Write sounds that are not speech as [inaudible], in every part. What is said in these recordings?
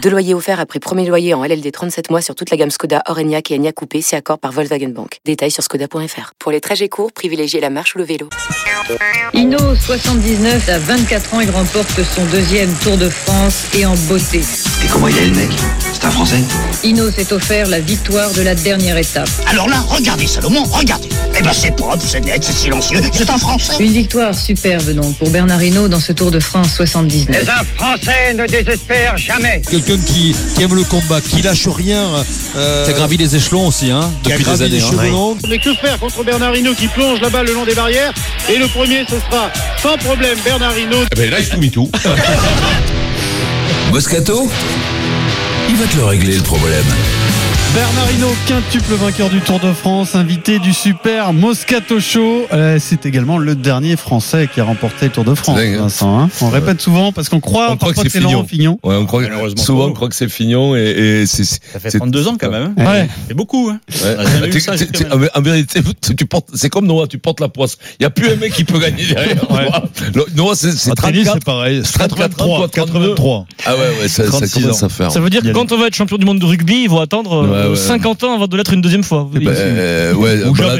Deux loyers offerts après premier loyer en LLD 37 mois sur toute la gamme Skoda, Orenia et Enya Coupé, si accord par Volkswagen Bank. Détails sur skoda.fr. Pour les trajets courts, privilégiez la marche ou le vélo. Hino, 79, à 24 ans, il remporte son deuxième Tour de France et en beauté. Et comment il est le mec C'est un Français Hino s'est offert la victoire de la dernière étape. Alors là, regardez Salomon, regardez Eh ben c'est propre, c'est net, c'est silencieux, c'est un Français Une victoire superbe donc pour Bernard Hino dans ce Tour de France 79. Les un Français ne désespère jamais Quelqu'un qui, qui, aime le combat, qui lâche rien, euh, qui a gravi les échelons aussi hein, depuis des années. Hein. Oui. Mais que faire contre Bernard Hino qui plonge la balle le long des barrières et le premier ce sera sans problème Bernardino. Eh ben là, il se tout, tout. [laughs] Moscato, il va te le régler le problème. Bernardino, quintuple vainqueur du Tour de France, invité du super Moscato Show. Euh, c'est également le dernier Français qui a remporté le Tour de France, dingue, Vincent. Hein on ouais. répète souvent parce qu'on croit, on croit que c'est Fignon. Fignon. Ouais, on croit, Malheureusement, souvent, on croit que c'est Fignon et, et c'est. Ah, Ça fait 32 ans quand même. Hein. Ouais. C'est beaucoup. Hein. En vérité, c'est comme Noah, tu portes la poisse. Il n'y a plus un mec qui peut gagner derrière. Noah, c'est 34. Ah, C'est pareil. 33, 83. Ah ouais, ouais ça, commence à faire. Ça veut dire que quand on va être champion du monde de rugby, il faut attendre. 50 ans avant de l'être une deuxième fois. Bah, euh, ouais, bah,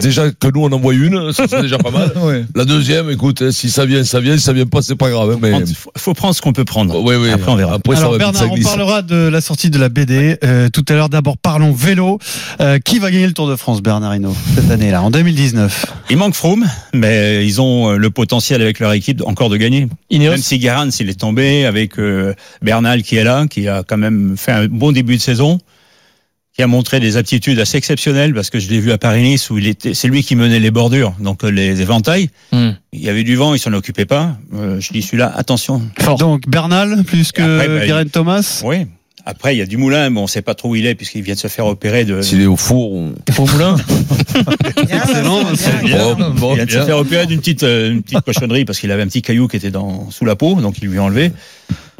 déjà que nous on envoie une, ça c'est déjà pas [laughs] mal. ouais. La deuxième, écoute, hein, si ça vient, ça vient, si ça vient pas, c'est pas grave. Hein, mais... Il faut, faut, prendre ce qu'on peut prendre. Ouais, ouais. Après on verra. Après, Alors, Bernard, on parlera de la sortie de la BD euh, tout à l'heure. D'abord parlons vélo. Euh, qui va gagner le Tour de France, Bernard Hinault, cette année-là, en 2019 Il manque Froome, mais ils ont euh, le potentiel avec leur équipe encore de gagner. Ineos. Même si Garance s'il est tombé, avec euh, Bernal qui est là, qui a quand même fait un bon début de saison qui a montré des aptitudes assez exceptionnelles parce que je l'ai vu à Paris-Nice où il était, c'est lui qui menait les bordures, donc euh, les éventails. Mm. Il y avait du vent, il s'en occupait pas. Euh, je dis celui-là, attention. Force. Donc Bernal plus que après, bah, il... Thomas. Oui. Après, il y a du moulin, mais on ne sait pas trop où il est, puisqu'il vient de se faire opérer de. S'il est au four ou. Au [laughs] moulin Excellent, bien, bon, bon, Il vient de bien. se faire opérer d'une petite, euh, une petite cochonnerie, parce qu'il avait un petit caillou qui était dans, sous la peau, donc il lui a enlevé.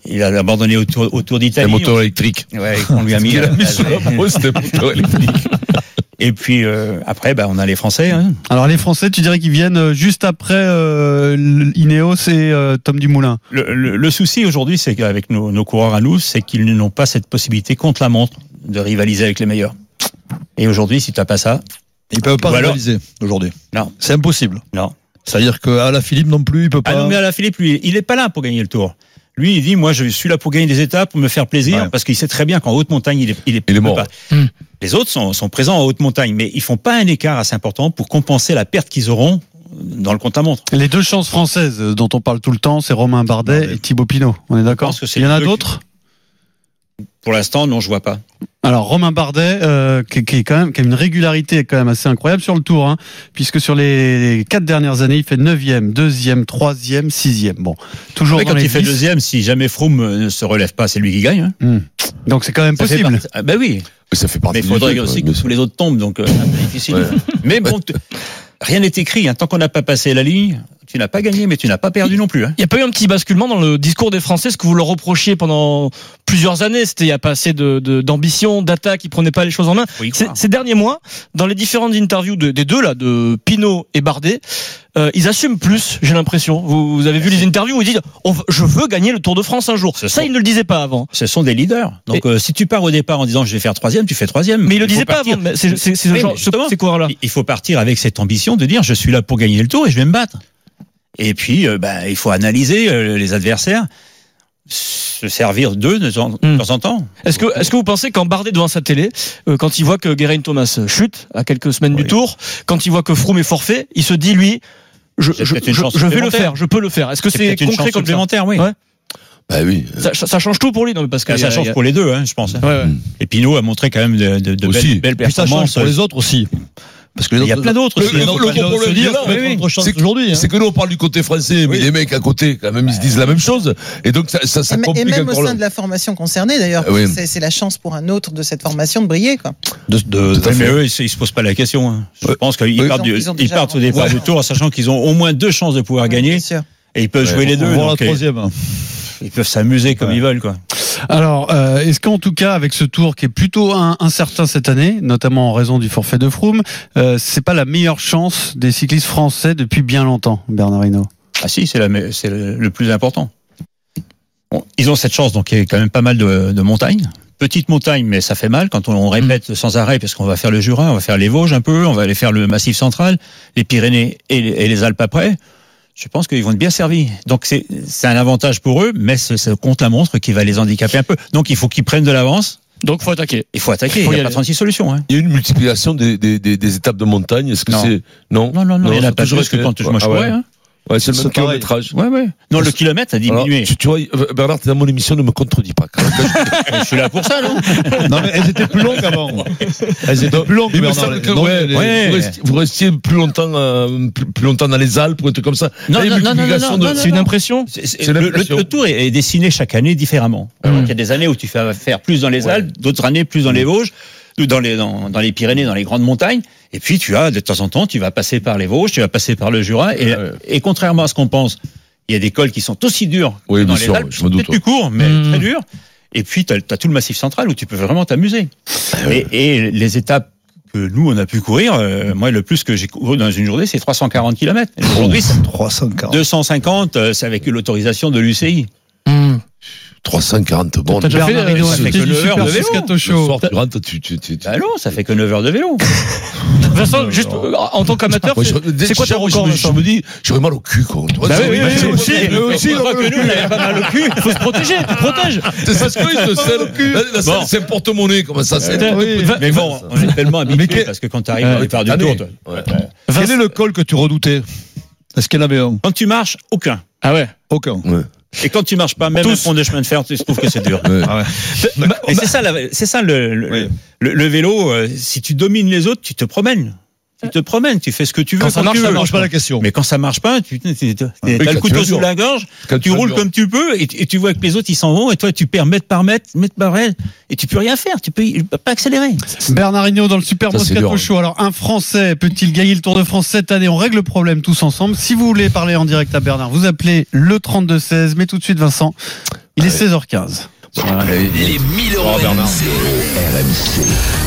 Il a abandonné autour, autour d'Italie. La moto électrique. Ouais, on lui a [laughs] mis. euh, Il hein. a mis sur la peau, c'était moto électrique. Et puis euh, après, bah, on a les Français. Hein. Alors les Français, tu dirais qu'ils viennent juste après euh, Ineos et euh, Tom Dumoulin. Le, le, le souci aujourd'hui, c'est qu'avec nos, nos, coureurs à nous, c'est qu'ils n'ont pas cette possibilité contre la montre de rivaliser avec les meilleurs. Et aujourd'hui, si tu n'as pas ça, ils peuvent pas voilà. rivaliser aujourd'hui. Non, c'est impossible. Non. C'est-à-dire qu'à la Philippe non plus, il peut pas. Ah non, mais à la Philippe, lui, il est pas là pour gagner le Tour. Lui, il dit, moi, je suis là pour gagner des étapes, pour me faire plaisir, ouais. parce qu'il sait très bien qu'en haute montagne, il est, il est, il est mort. Pas. Hmm. Mmh. Les autres sont, sont, présents en haute montagne, mais ils font pas un écart assez important pour compenser la perte qu'ils auront dans le compte-à-montre. Les deux chances françaises euh, dont on parle tout le temps, c'est Romain Bardet Bardet. et Thibaut Pinot. On est d'accord Il y en a d'autres Pour l'instant, non, je vois pas. Alors Romain Bardet, euh, qui, qui, est quand même, qui a une régularité quand même assez incroyable sur le tour, hein, puisque sur les quatre dernières années, il fait 9e, 2e, 3e, 6e. Bon, toujours ouais, dans quand les il 10. fait 2e, si jamais Froome euh, ne se relève pas, c'est lui qui gagne. Hein. Mmh. Donc c'est quand même ça possible. Part... Ah, ben oui. Mais ça fait partie Mais il faudrait aussi que tous les autres tombent, donc euh, c'est difficile. Ouais. Mais bon, rien n'est écrit. Hein. Tant qu'on n'a pas passé la ligne, tu n'as pas gagné, mais tu n'as pas perdu non plus. Hein. Il n'y a pas eu un petit basculement dans le discours des Français, ce que vous leur reprochiez pendant plusieurs années. C'était il y a pas assez d'ambition, de, de, d'attaque, ils prenaient pas les choses en main. Oui, ces, derniers mois, dans les différentes interviews de, des deux là, de Pinot et Bardet, euh, ils assument plus, j'ai l'impression. Vous, vous, avez vu les interviews où ils disent on, Je veux gagner le Tour de France un jour. Ce ça, sont, ils ne le disaient pas avant. Ce sont des leaders. Donc, euh, si tu pars au départ en disant Je vais faire troisième, tu fais troisième. Mais ils ne le disaient pas avant. C'est ce, coureur-là. Il faut partir avec cette ambition de dire Je suis là pour gagner le Tour et je vais me battre. Et puis, euh, bah, il faut analyser les adversaires se servir d'eux de temps en temps. Hmm. Est-ce que, est-ce que vous pensez qu'en Bardet devant sa télé, euh, quand il voit que Guérin Thomas chute à quelques semaines oui. du tour, quand il voit que Froome est forfait, il se dit lui, je, je, je, je vais le faire, je peux le faire. Est-ce que c'est, est concret une comme complémentaire, oui. Ouais. Bah oui. Ça, ça, change tout pour lui, non, parce que ah, ça change a... pour les Hmm. deux, hein, je pense. Hein. Ouais, ouais. Et Pinot a montré quand même de, de, de aussi. belles, belles performances. Puis ça change pour les autres aussi. Parce que les Il y a autres- plein d'autres Le- aussi, le- hein, faut L'autre pas le- problème, se il est dire, là, faut mettre oui, oui. autre chose C'est que- aujourd'hui, hein. C'est que nous, on parle du côté français, mais les mecs à côté, quand même, ils se disent la même chose. Et donc, ça, ça, ça Et, complique même au encore sein de le. la formation concernée, d'ailleurs, Ah oui. c'est c'est la chance pour un autre de cette formation de briller. Quoi. De, de- Tout à mais fait. eux, ils, se- ils se posent pas la question. hein. Je pense qu'ils Ils partent, ont- du- ils ont ils déjà partent au départ rencontré. du tour, sachant qu'ils ont au moins deux chances de pouvoir gagner. Et ils peuvent Ouais, jouer les on deux. voit la donc, euh, troisième. Ils peuvent s'amuser comme ils veulent, quoi. Alors, euh, est-ce qu'en tout cas, avec ce tour qui est plutôt un- incertain cette année, notamment en raison du forfait de Froome, euh, c'est pas la meilleure chance des cyclistes français depuis bien longtemps, Bernard Hinault Ah si, c'est la me- c'est le le plus important. Bon, ils ont cette chance, donc il y a quand même pas mal de, de montagnes. Petite montagne, mais ça fait mal quand on, on répète sans arrêt, parce qu'on va faire le Jura, on va faire les Vosges un peu, on va aller faire le Massif central, les Pyrénées et les, et les Alpes après. Je pense qu'ils vont être bien servis. Donc c'est c'est un avantage pour eux, mais ce- ça compte la montre qui va les handicaper un peu. Donc il faut qu'ils prennent de l'avance. Donc faut attaquer. Il faut attaquer. Faut Il y n'y a pas aller. 36 solutions. Hein. Il y a une multiplication des, des, des, des étapes de montagne. Est-ce que Non. c'est. Non, Non, non, non, il y en a ça pas toujours plus que été- quand je- moi, je Ah courais, hein. Ouais, c'est le C'est même pareil. kilométrage. Ouais, ouais. Non, le kilomètre a diminué. Alors, tu, tu vois, euh, Bernard, t'es dans mon émission, ne me contredis pas. Quand- je suis là pour ça, non [laughs] Non, mais elles étaient plus longues avant. Elles étaient plus longues. Il me Bernard, semble les- que non, ouais, les- les- ouais. Vous, restiez, vous restiez plus longtemps, euh, plus, plus longtemps dans les Alpes ou un truc comme ça. Non, Là, il y a non, une non, non, multiplication non, de- non, non, non. C'est- c'est- C'est Ah le, l'impression. le- le tour est, est dessiné chaque année différemment. Alors, Il y a des années où tu vas faire plus dans les Alpes, d'autres années plus dans les Vosges, ou dans les, dans, dans les Pyrénées, dans les grandes montagnes. Et puis tu as, de temps en temps, tu vas passer par les Vosges, tu vas passer par le Jura. Et, et contrairement à ce qu'on pense, il y a des cols qui sont aussi durs Oui, que dans bien les sûr, Alpes, je me doute, peut-être plus ouais. courts, mais très durs. Et puis tu as, tout le massif central où tu peux vraiment t'amuser. Ah Et, et les étapes que nous, on a pu courir, euh, moi, le plus que j'ai couru dans une journée, c'est 340 km. Aujourd'hui, Oh, c'est 340. 250, euh, c'est avec l'autorisation de l'UCI. 340 bornes. T'as déjà fait, euh, Bernard, Rino, ça fait que le heure de vélo. Le soir, tu rentres, tu- tu- tu- Bah non, ça fait que 9 heures [laughs] de vélo. Vincent, juste euh, en tant qu'amateur, Ouais, c'est je- c'est quoi je- ton record je, je Vincent me dis, j'aurais mal au cul, quoi. Tu vois, Bah oui, c'est- oui, oui, c'est- oui, aussi, c'est- eux aussi, c'est- ils ont mal au cul. hein Faut se protéger, tu te protèges. C'est parce qu'ils se scellent. La- la selle, Bon. C'est un porte-monnaie, comment ça c'est Euh, Mais bon, on est tellement habitué parce que quand tu arrives Ouais. au départ du Ah, tour, oui. toi- Ouais. Quel est le col que tu redoutais Est-ce qu'il y en avait un quand tu marches, aucun. Ah ouais Aucun. Et quand tu marches pas, même un pont de chemin de fer, tu trouves que c'est Ah dur. [laughs] Bah, Et c'est ça, la- c'est ça le, le, le- le vélo. euh, si tu domines les autres, tu te promènes. Tu te promènes, tu fais ce que tu veux. Quand ça tu marche, veux. ça marche pas la question. Mais quand ça marche pas, tu t'es- t'es- t'es- oui, t'as quand le tu couteau vas sous dur. la gorge, Quand tu tu vas roules dur. comme tu peux et, tu- et tu vois que les autres ils s'en vont et toi tu perds mètre par mètre, mètre par mètre et tu peux rien faire. Tu peux y- pas accélérer. Bernard Hinault dans le Super Ça, c'est Moscato dur, hein. Show. Alors, un Français peut-il gagner le Tour de France cette année On règle le problème tous ensemble. Si vous voulez parler en direct à Bernard, vous appelez le 3216. Mais tout de suite, Vincent, il est 16h15. Les 1000 euros RMC.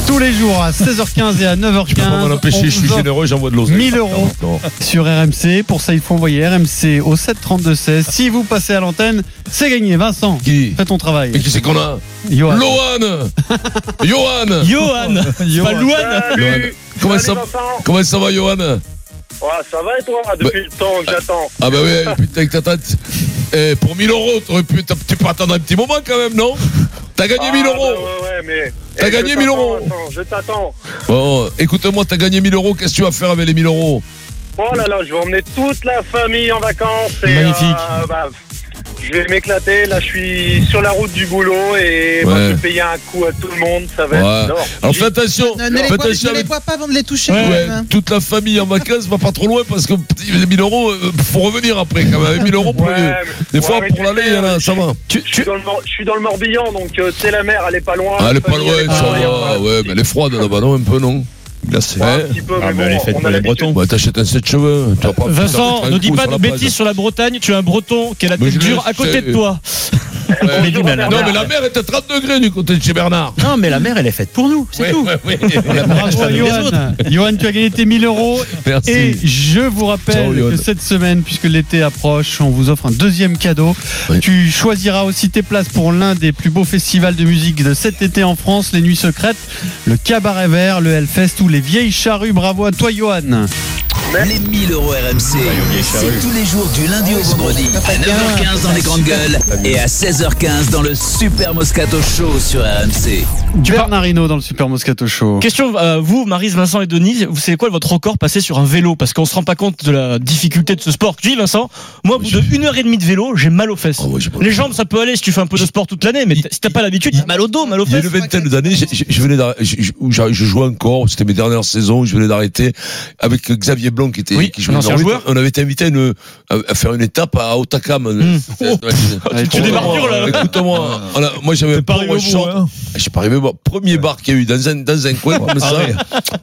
Tous les jours à 16h15 et à 9h15. Je peux pas m'en empêcher, je suis on vous offre généreux, j'envoie de l'oseille. 1000 euros sur RMC. Pour ça, il faut envoyer RMC au 732-16. Si vous passez à l'antenne, c'est gagné. Vincent, fais ton travail. Et qui c'est qu'on a Johan. Lohan Johan Johan Johan. Pas Lohan Salut. Comment Salut, ça, Vincent. comment ça va, Johan Ouais, ça va et toi Bah, Depuis le temps que j'attends. Ah bah oui, putain, avec ta tête. Eh, pour 1000 euros, t'aurais pu, t'as- tu peux attendre un petit moment quand même, non T'as gagné Ah, 1000 euros bah ouais, ouais, mais. T'as Eh, gagné je 1000 t'attends, euros. attends, Je t'attends. Bon, écoute-moi, t'as gagné 1000 euros, qu'est-ce que tu vas faire avec les 1000 euros Oh là là, je vais emmener toute la famille en vacances. Et, Magnifique. euh, bah, je vais m'éclater. Là, je suis sur la route du boulot et bah, Ouais. je vais payer un coup à tout le monde. Ça va Ouais. être. Non. Alors fais attention, Ne, ne les fais vois, attention ne les avec- vois pas avant de les toucher. Ouais, quand même, hein. toute la famille en vacances va pas trop loin parce que les 1000 euros, euh, faut revenir après quand même. 1000 euros, pour Ouais, les- mais- des ouais, fois mais pour tu l'aller, sais, il y en a, je- ça va. Je suis, dans le, Mor- je suis dans le Morbihan, donc euh, tu sais, la mer, elle est pas loin. Ah, elle est La pas famille, loin, elle est ça loin, il y a va. pas- Ouais, mais elle est froide là-bas, non, un peu, non Glacée. petit peu, Ah, mais mais bon, elle est faite on a pour les l'habitude. Bah, t'achètes un 7 cheveux. tu vas pas- tu vas Vincent, mettre ne un dis coup pas sur de la plage. bêtises sur la Bretagne, tu as un breton qui a la Mais tête je dure le à côté sais. de toi. Ouais. Mais dis, mais la Non, mer- mais la mer est à 30 degrés du côté de chez Bernard. Non, mais la mer, elle est faite pour nous, c'est tout. [laughs] Bravo, Johan. Johan, tu as gagné tes 1000 euros. Merci. Et je vous rappelle Ciao, Johan. que cette semaine, puisque l'été approche, on vous offre un deuxième cadeau. Tu choisiras aussi tes places pour l'un des plus beaux festivals de musique de cet été en France, les Nuits Secrètes, le Cabaret Vert, le Hellfest ou les Vieilles Charrues. Bravo à toi, Johan. Les 1000 euros RMC, Ah, c'est tous les jours du lundi au vendredi à 9h15 dans les grandes gueules et à 16h15 dans le Super Moscato Show sur RMC. Bernard Hinault dans le Super Moscato Show. Question, euh, vous, Marise, Vincent et Denis, vous savez quoi votre record passé sur un vélo Parce qu'on se rend pas compte de la difficulté de ce sport. Je dis, Vincent, moi, au bout de une heure et demie de vélo, j'ai mal aux fesses. Ah Oh. Les jambes, ça peut aller si tu fais un peu de sport toute l'année, mais t- si t'as pas l'habitude, t'as mal au dos, mal aux Il Euh, y a fesses. une vingtaine d'années, j'ai- j'ai- je venais d'arr- je, je- où j'a- je jouais encore, c'était mes dernières saisons, je venais d'arrêter avec Xavier Blanc qui était qui jouait un ancien dans le joueur. rugby. On avait été invité à, une- à- à faire une étape à Otakam. Hmm. C'était- [laughs] Ah, tu Écoute-moi, débarques dur, là. Écoute-moi, on a- moi j'avais pas arrivé au bout, hein. Je suis pas arrivé, moi, premier bar qu'il y a eu dans un, dans [laughs] un coin comme Ah ça. ouais.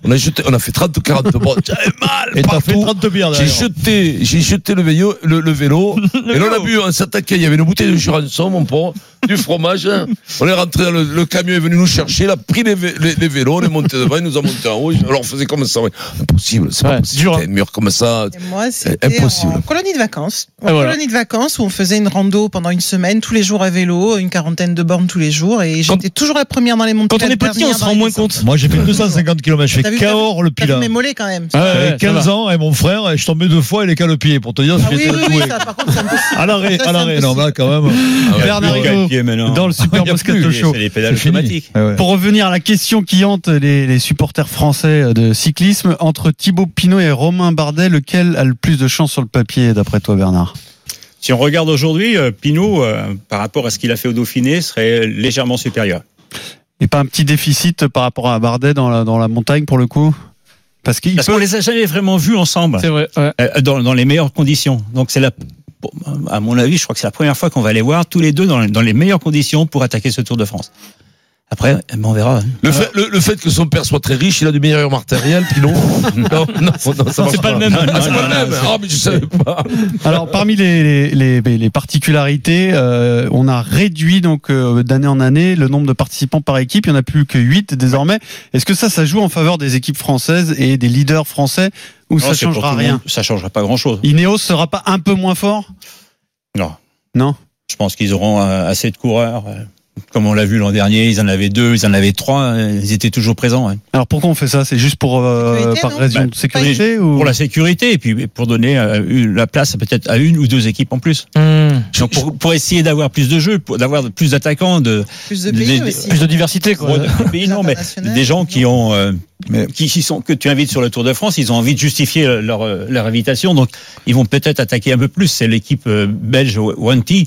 On a jeté, on a fait 30 ou 40 bornes. J'avais mal Et t'as partout. fait 32 bières J'ai derrière. jeté, j'ai jeté le vélo, le, le vélo. et là, on a bu, on s'attaquait. Il y avait une bouteille de Jurançon, mon pauvre, du fromage. hein. On est rentré dans le, le camion est venu nous chercher, il a pris les, vé- les- les vélos, on est monté devant, il nous a monté en rouge. Alors on faisait comme ça. ouais. Impossible, c'est pas possible. Un mur comme ça. Euh, Moi, c'était Impossible. en colonie de vacances. En Ah, voilà. colonie de vacances où on faisait une rando pendant une semaine, tous les jours à vélo, une quarantaine de bornes tous les jours. Et j'étais toujours la première dans les montagnes. dernière dans les descentes. Moi, j'ai fait 250 km. Je T'as fais vu- Cahors le t'as vu pilat. mes mollets quand même. J'avais 15 ans et mon frère, et je tombais deux fois et les cas le pied pour te dire si Ah oui, j'étais oui, oui, doué. ça, par contre, ça me Ah À l'arrêt, à l'arrêt. Non, mais là, quand même. Bernard Ouais, Hinault, pied, mais non. dans le Super Il y a plus, Moscato Show. c'est les pédales automatiques. Ouais, ouais. Pour revenir à la question qui hante les, les supporters français de cyclisme, entre Thibaut Pinot et Romain Bardet, lequel a le plus de chance sur le papier, d'après toi, Bernard Si on regarde aujourd'hui, euh, Pinot, euh, par rapport à ce qu'il a fait au Dauphiné, serait légèrement supérieur. Et pas un petit déficit par rapport à Bardet dans la, dans la montagne, pour le coup Parce qu'il Parce qu'on les a jamais vraiment vus ensemble. C'est vrai. Euh, Dans, dans les meilleures conditions. Donc c'est la, bon, à mon avis, je crois que c'est la première fois qu'on va les voir tous les deux dans, dans les meilleures conditions pour attaquer ce Tour de France. Après, eh ben, on verra. Le fait, le, le fait que son père soit très riche, il a du meilleur arme artériel, puis non. non, non, faut- non, ça Non, marche c'est pas le même. Ah, Non, c'est non, pas non, le même. c'est- Ah, mais je savais pas. Alors parmi les, les, les- les particularités, euh, on a réduit donc euh, d'année en année le nombre de participants par équipe. Il n'y en a plus que 8 désormais. Est-ce que ça, ça joue en faveur des équipes françaises et des leaders français ou Non, ça Oh, c'est pour changera tout le rien monde. Ça changera pas grand-chose. Ineos sera pas un peu moins fort Non. Non. Je pense qu'ils auront euh, assez de coureurs. euh, Comme on l'a vu l'an dernier, ils en avaient deux, ils en avaient trois, euh, ils étaient toujours présents. hein. Alors pourquoi on fait ça C'est juste pour euh, par raison Bah, de sécurité oui, ou Pour la sécurité et puis pour donner euh, une- la place peut-être à une ou deux équipes en plus. Hmm. Donc, pour, pour essayer d'avoir plus de jeux, pour- d'avoir plus d'attaquants, de Plus de pays des- aussi. Plus de diversité, quoi. [laughs] Ouais, de- pays, non, mais des gens qui ont euh, qui, qui sont que tu invites sur le Tour de France, ils ont envie de justifier leur euh, leur invitation, donc ils vont peut-être attaquer un peu plus. C'est l'équipe euh, belge Wanty.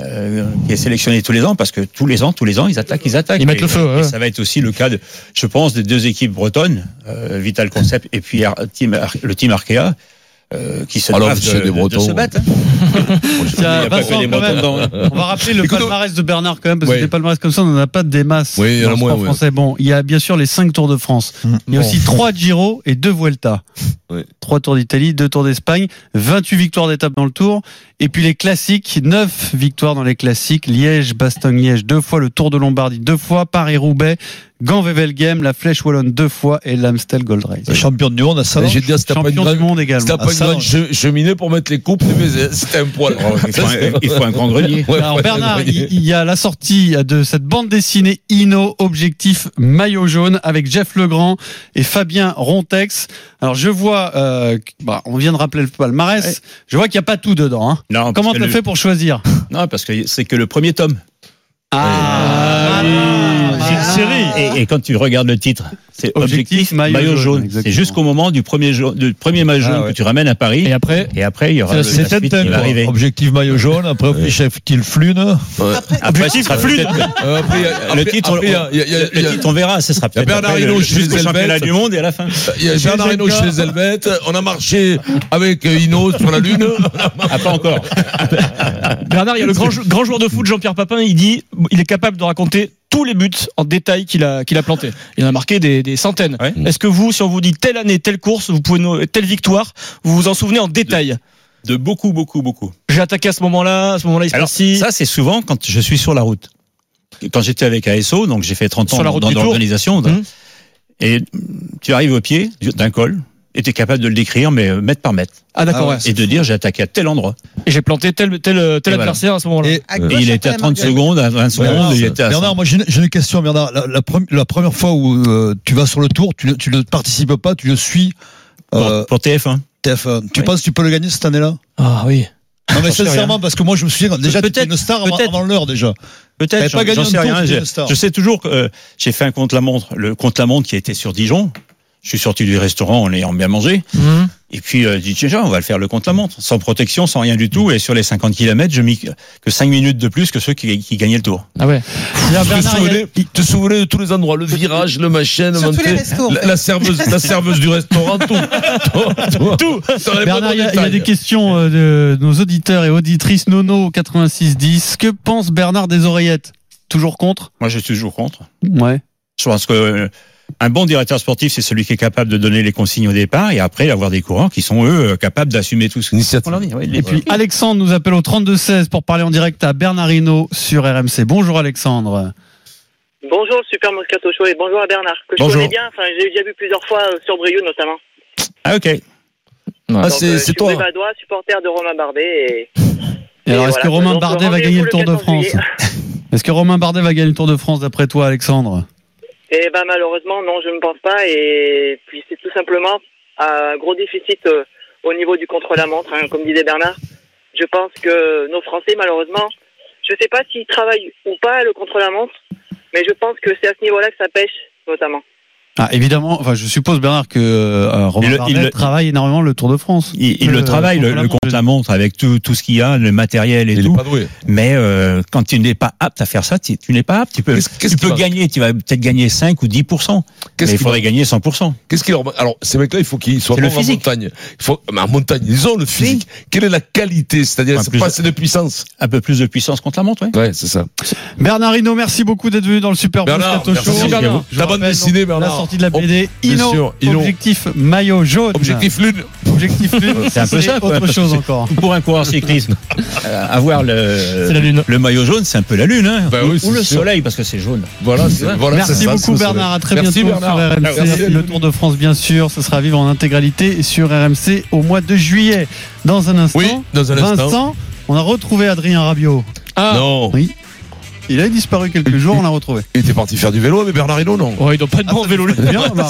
euh, qui est sélectionnée tous les ans parce que tous les ans, tous les ans, ils attaquent, ils attaquent. Ils mettent Et- euh, le feu, et ouais. ça va être aussi le cas, de, je pense, des deux équipes bretonnes, euh, Vital Concept et puis Ar- Team Ar- le Team Arkea, euh, qui se Alors, doivent de, monsieur des de- de Bretons. se battre. hein. Tiens, Il y a pas Vincent, que les quand même, Bretons hein. dans- On va rappeler le palmarès de Bernard quand même, parce Oui. que des palmarès comme ça, on n'en a pas des masses. Oui, il y en a dans le moins, sport oui. français. Bon, il y a bien sûr les 5 Tours de France. Il y a Bon. aussi 3 Giro et 2 Vuelta. Oui. 3 Tours d'Italie, 2 Tours d'Espagne, 28 victoires d'étape dans le Tour. Et puis les classiques, 9 victoires dans les classiques. Liège, Bastogne-Liège, deux fois. Le Tour de Lombardie, deux fois. Paris-Roubaix, Gand-Wevelgem, la Flèche Wallonne, deux fois. Et l'Amstel Gold Race. Champion du monde à Et Salange. J'ai dit, ah, c'était pas une Champion grande, du monde également. c'était pas Ah, une ça, grande non. che- cheminée pour mettre les coupes, mais c'était un poil. Oh, il faut un- il faut un grand grenier. Ouais, Alors ouais, Bah, Bernard, un il grenier. il y a la sortie de cette bande dessinée Ino, objectif maillot jaune, avec Jeff Legrand et Fabien Rontex. Alors je vois, euh, bah, on vient de rappeler le palmarès, je vois qu'il n'y a pas tout dedans. hein. Non, Ah, parce Comment que tu as le- fait pour choisir Non, parce que c'est que le premier tome. Ah, Ah, Et, et quand tu regardes le titre, c'est ah. objectif, maillot, jaune. C'est jusqu'au moment du premier, jo- du premier maillot jaune que tu ramènes à Paris. Et après, et après il y aura Ah, le, C'est la suite qui va arriver. Objectif maillot jaune, après objectif qu'il flune. Après, ce sera Flûte. peut-être- Euh, après, il y a- le après- titre, après, il y a- il y a- il y a- le titre, on verra. Ce sera Il y a peut-être Bernard après le- Hinault chez jusqu'au les championnat Helvètes. du monde et à la fin. Il y a Bernard Hinault chez les Helvètes. On a marché avec euh, Hinault sur la Lune. [laughs] Ah, pas encore. Bernard, il y a le grand, jou- grand joueur de foot, Jean-Pierre Papin, il dit il est capable de raconter tous les buts en détail qu'il a, qu'il a plantés. Il en a marqué des, des centaines. Est-ce que vous, si on vous dit telle année, telle course, vous pouvez nous- telle victoire, vous vous en souvenez en détail De beaucoup, beaucoup, beaucoup. J'ai attaqué à ce moment-là, à ce moment-là, il se Alors passe ci. ça, c'est souvent quand je suis sur la route. Quand j'étais avec ASO, donc j'ai fait 30 ans Sur la dans, route dans du Tour. l'organisation. Et tu arrives au pied d'un col et tu es capable de le décrire, mais euh, mètre par mètre. Ah, d'accord, ouais. Et de dire j'ai attaqué à tel endroit. Et j'ai planté tel, tel, euh, tel Et voilà. adversaire à ce moment-là. Et il était à 30 secondes, à 20 secondes, Bernard, il était à Bernard, moi j'ai une- j'ai une question, Bernard. La, la premi- la première fois où euh, tu vas sur le tour, tu, ne- tu ne participes pas, tu le suis. euh, euh, Pour- pour TF1. TF1. Tu penses que tu peux le gagner cette année-là Ah oui. Non, mais J'en sais sincèrement, rien. parce que moi, je me souviens, déjà, tu Peut-être- étais une star avant, peut-être- avant l'heure, déjà. Peut-être, T'avais j'en pas gagné j'en un sais tour, rien. t'étais j'ai- une star. Je sais toujours que euh, j'ai fait un compte la montre, le compte la montre qui était sur Dijon. Je suis sorti du restaurant en ayant bien mangé. Hmm. Et puis, euh, je dis, tiens, on va le faire le compte la montre, sans protection, sans rien du tout. Et sur les 50 km, je mis que que 5 minutes de plus que ceux qui, qui gagnaient le tour. Ah ouais. Vous vous souvenez, te souvenez de tous les endroits, le virage, le machin, le Sur tous montée, les restos. la, la serveuse, [laughs] la serveuse du [laughs] restaurant, tout. Tout. tout. Dans les Bernard, moindres il y, a- il y a détails. des questions euh, de nos auditeurs et auditrices Nono 8610. Que pense Bernard des oreillettes Toujours contre Moi, je suis toujours contre. Ouais. Je pense que euh, un bon directeur sportif, c'est celui qui est capable de donner les consignes au départ et après d'avoir des coureurs qui sont eux euh, capables d'assumer tout ce qu'on leur dit. Ouais, les- Et puis [laughs] Alexandre nous appelle au 3216 pour parler en direct à Bernardino sur RMC. Bonjour Alexandre. Bonjour le Super Moscato Show et bonjour à Bernard, que je Bonjour. connais bien, enfin j'ai déjà vu plusieurs fois euh, sur Briou notamment. Ah ok. Ah, Donc, euh, c'est je c'est suis toi. Brivadois, supporter de Romain Bardet et... Et alors, Et est-ce voilà, ben, que Romain donc, Bardet va rendez-vous gagner le le Tour de 14 France juillet. Est-ce que Romain Bardet va gagner le Tour de France d'après toi, Alexandre Eh ben malheureusement non, je ne pense pas et puis c'est tout simplement un gros déficit euh, au niveau du contre-la-montre, hein, comme disait Bernard. Je pense que nos Français malheureusement, je ne sais pas s'ils travaillent ou pas le contre-la-montre, mais je pense que c'est à ce niveau-là que ça pêche notamment. Ah, évidemment, enfin, je suppose, Bernard, que euh, Romain Il le- Bardet il le- travaille énormément le Tour de France. Il, il Euh, le travaille, le, le compte la montre, avec tout, tout ce qu'il y a, le matériel et tout. Mais euh, quand tu n'es pas apte à faire ça, tu, tu n'es pas apte. Tu peux, tu peux qui va- gagner, tu vas peut-être gagner 5 ou 10 mais Qu'est-ce il qui faudrait va- gagner 100 Qu'est-ce qu'il leur Alors, ces mecs-là, il faut qu'ils soient C'est le forts en physique. montagne. Il faut... Mais en montagne, ils ont le physique. Quelle est la qualité C'est-à-dire, Un c'est plus- pas assez de puissance. Un peu plus de puissance contre la montre, oui. Ouais, c'est ça. Bernardino, merci beaucoup d'être venu dans le Super Bernard, Moscato merci, Show. merci à vous. Je Ta vous bande rappelle, dessinée, donc, Bernard. La sortie de la BD. Bien Ino, sûr, Ino. Objectif maillot jaune. Objectif lune. Objectif lune. C'est un peu ça, quoi. Autre chose encore. Pour un coureur cyclisme, euh, avoir le, C'est la lune. le maillot jaune, c'est un peu la lune. Hein. Bah oui, ou c'est le sûr. soleil, parce que c'est jaune. Voilà, c'est- voilà, Merci c'est ça, beaucoup c'est ça. Bernard, à très Merci, bientôt Bernard. sur RMC. Merci. Le Tour de France bien sûr, ce sera à vivre en intégralité sur RMC au mois de juillet. Dans un instant, Oui, dans un Vincent, instant. on a retrouvé Adrien Rabiot. Ah. Non. Oui. [laughs] Il a disparu quelques jours, on l'a retrouvé. Il était parti faire du vélo, mais Bernard Hinault, non. Ouais, ils n'ont pas de bon vélo. Bien, Romain.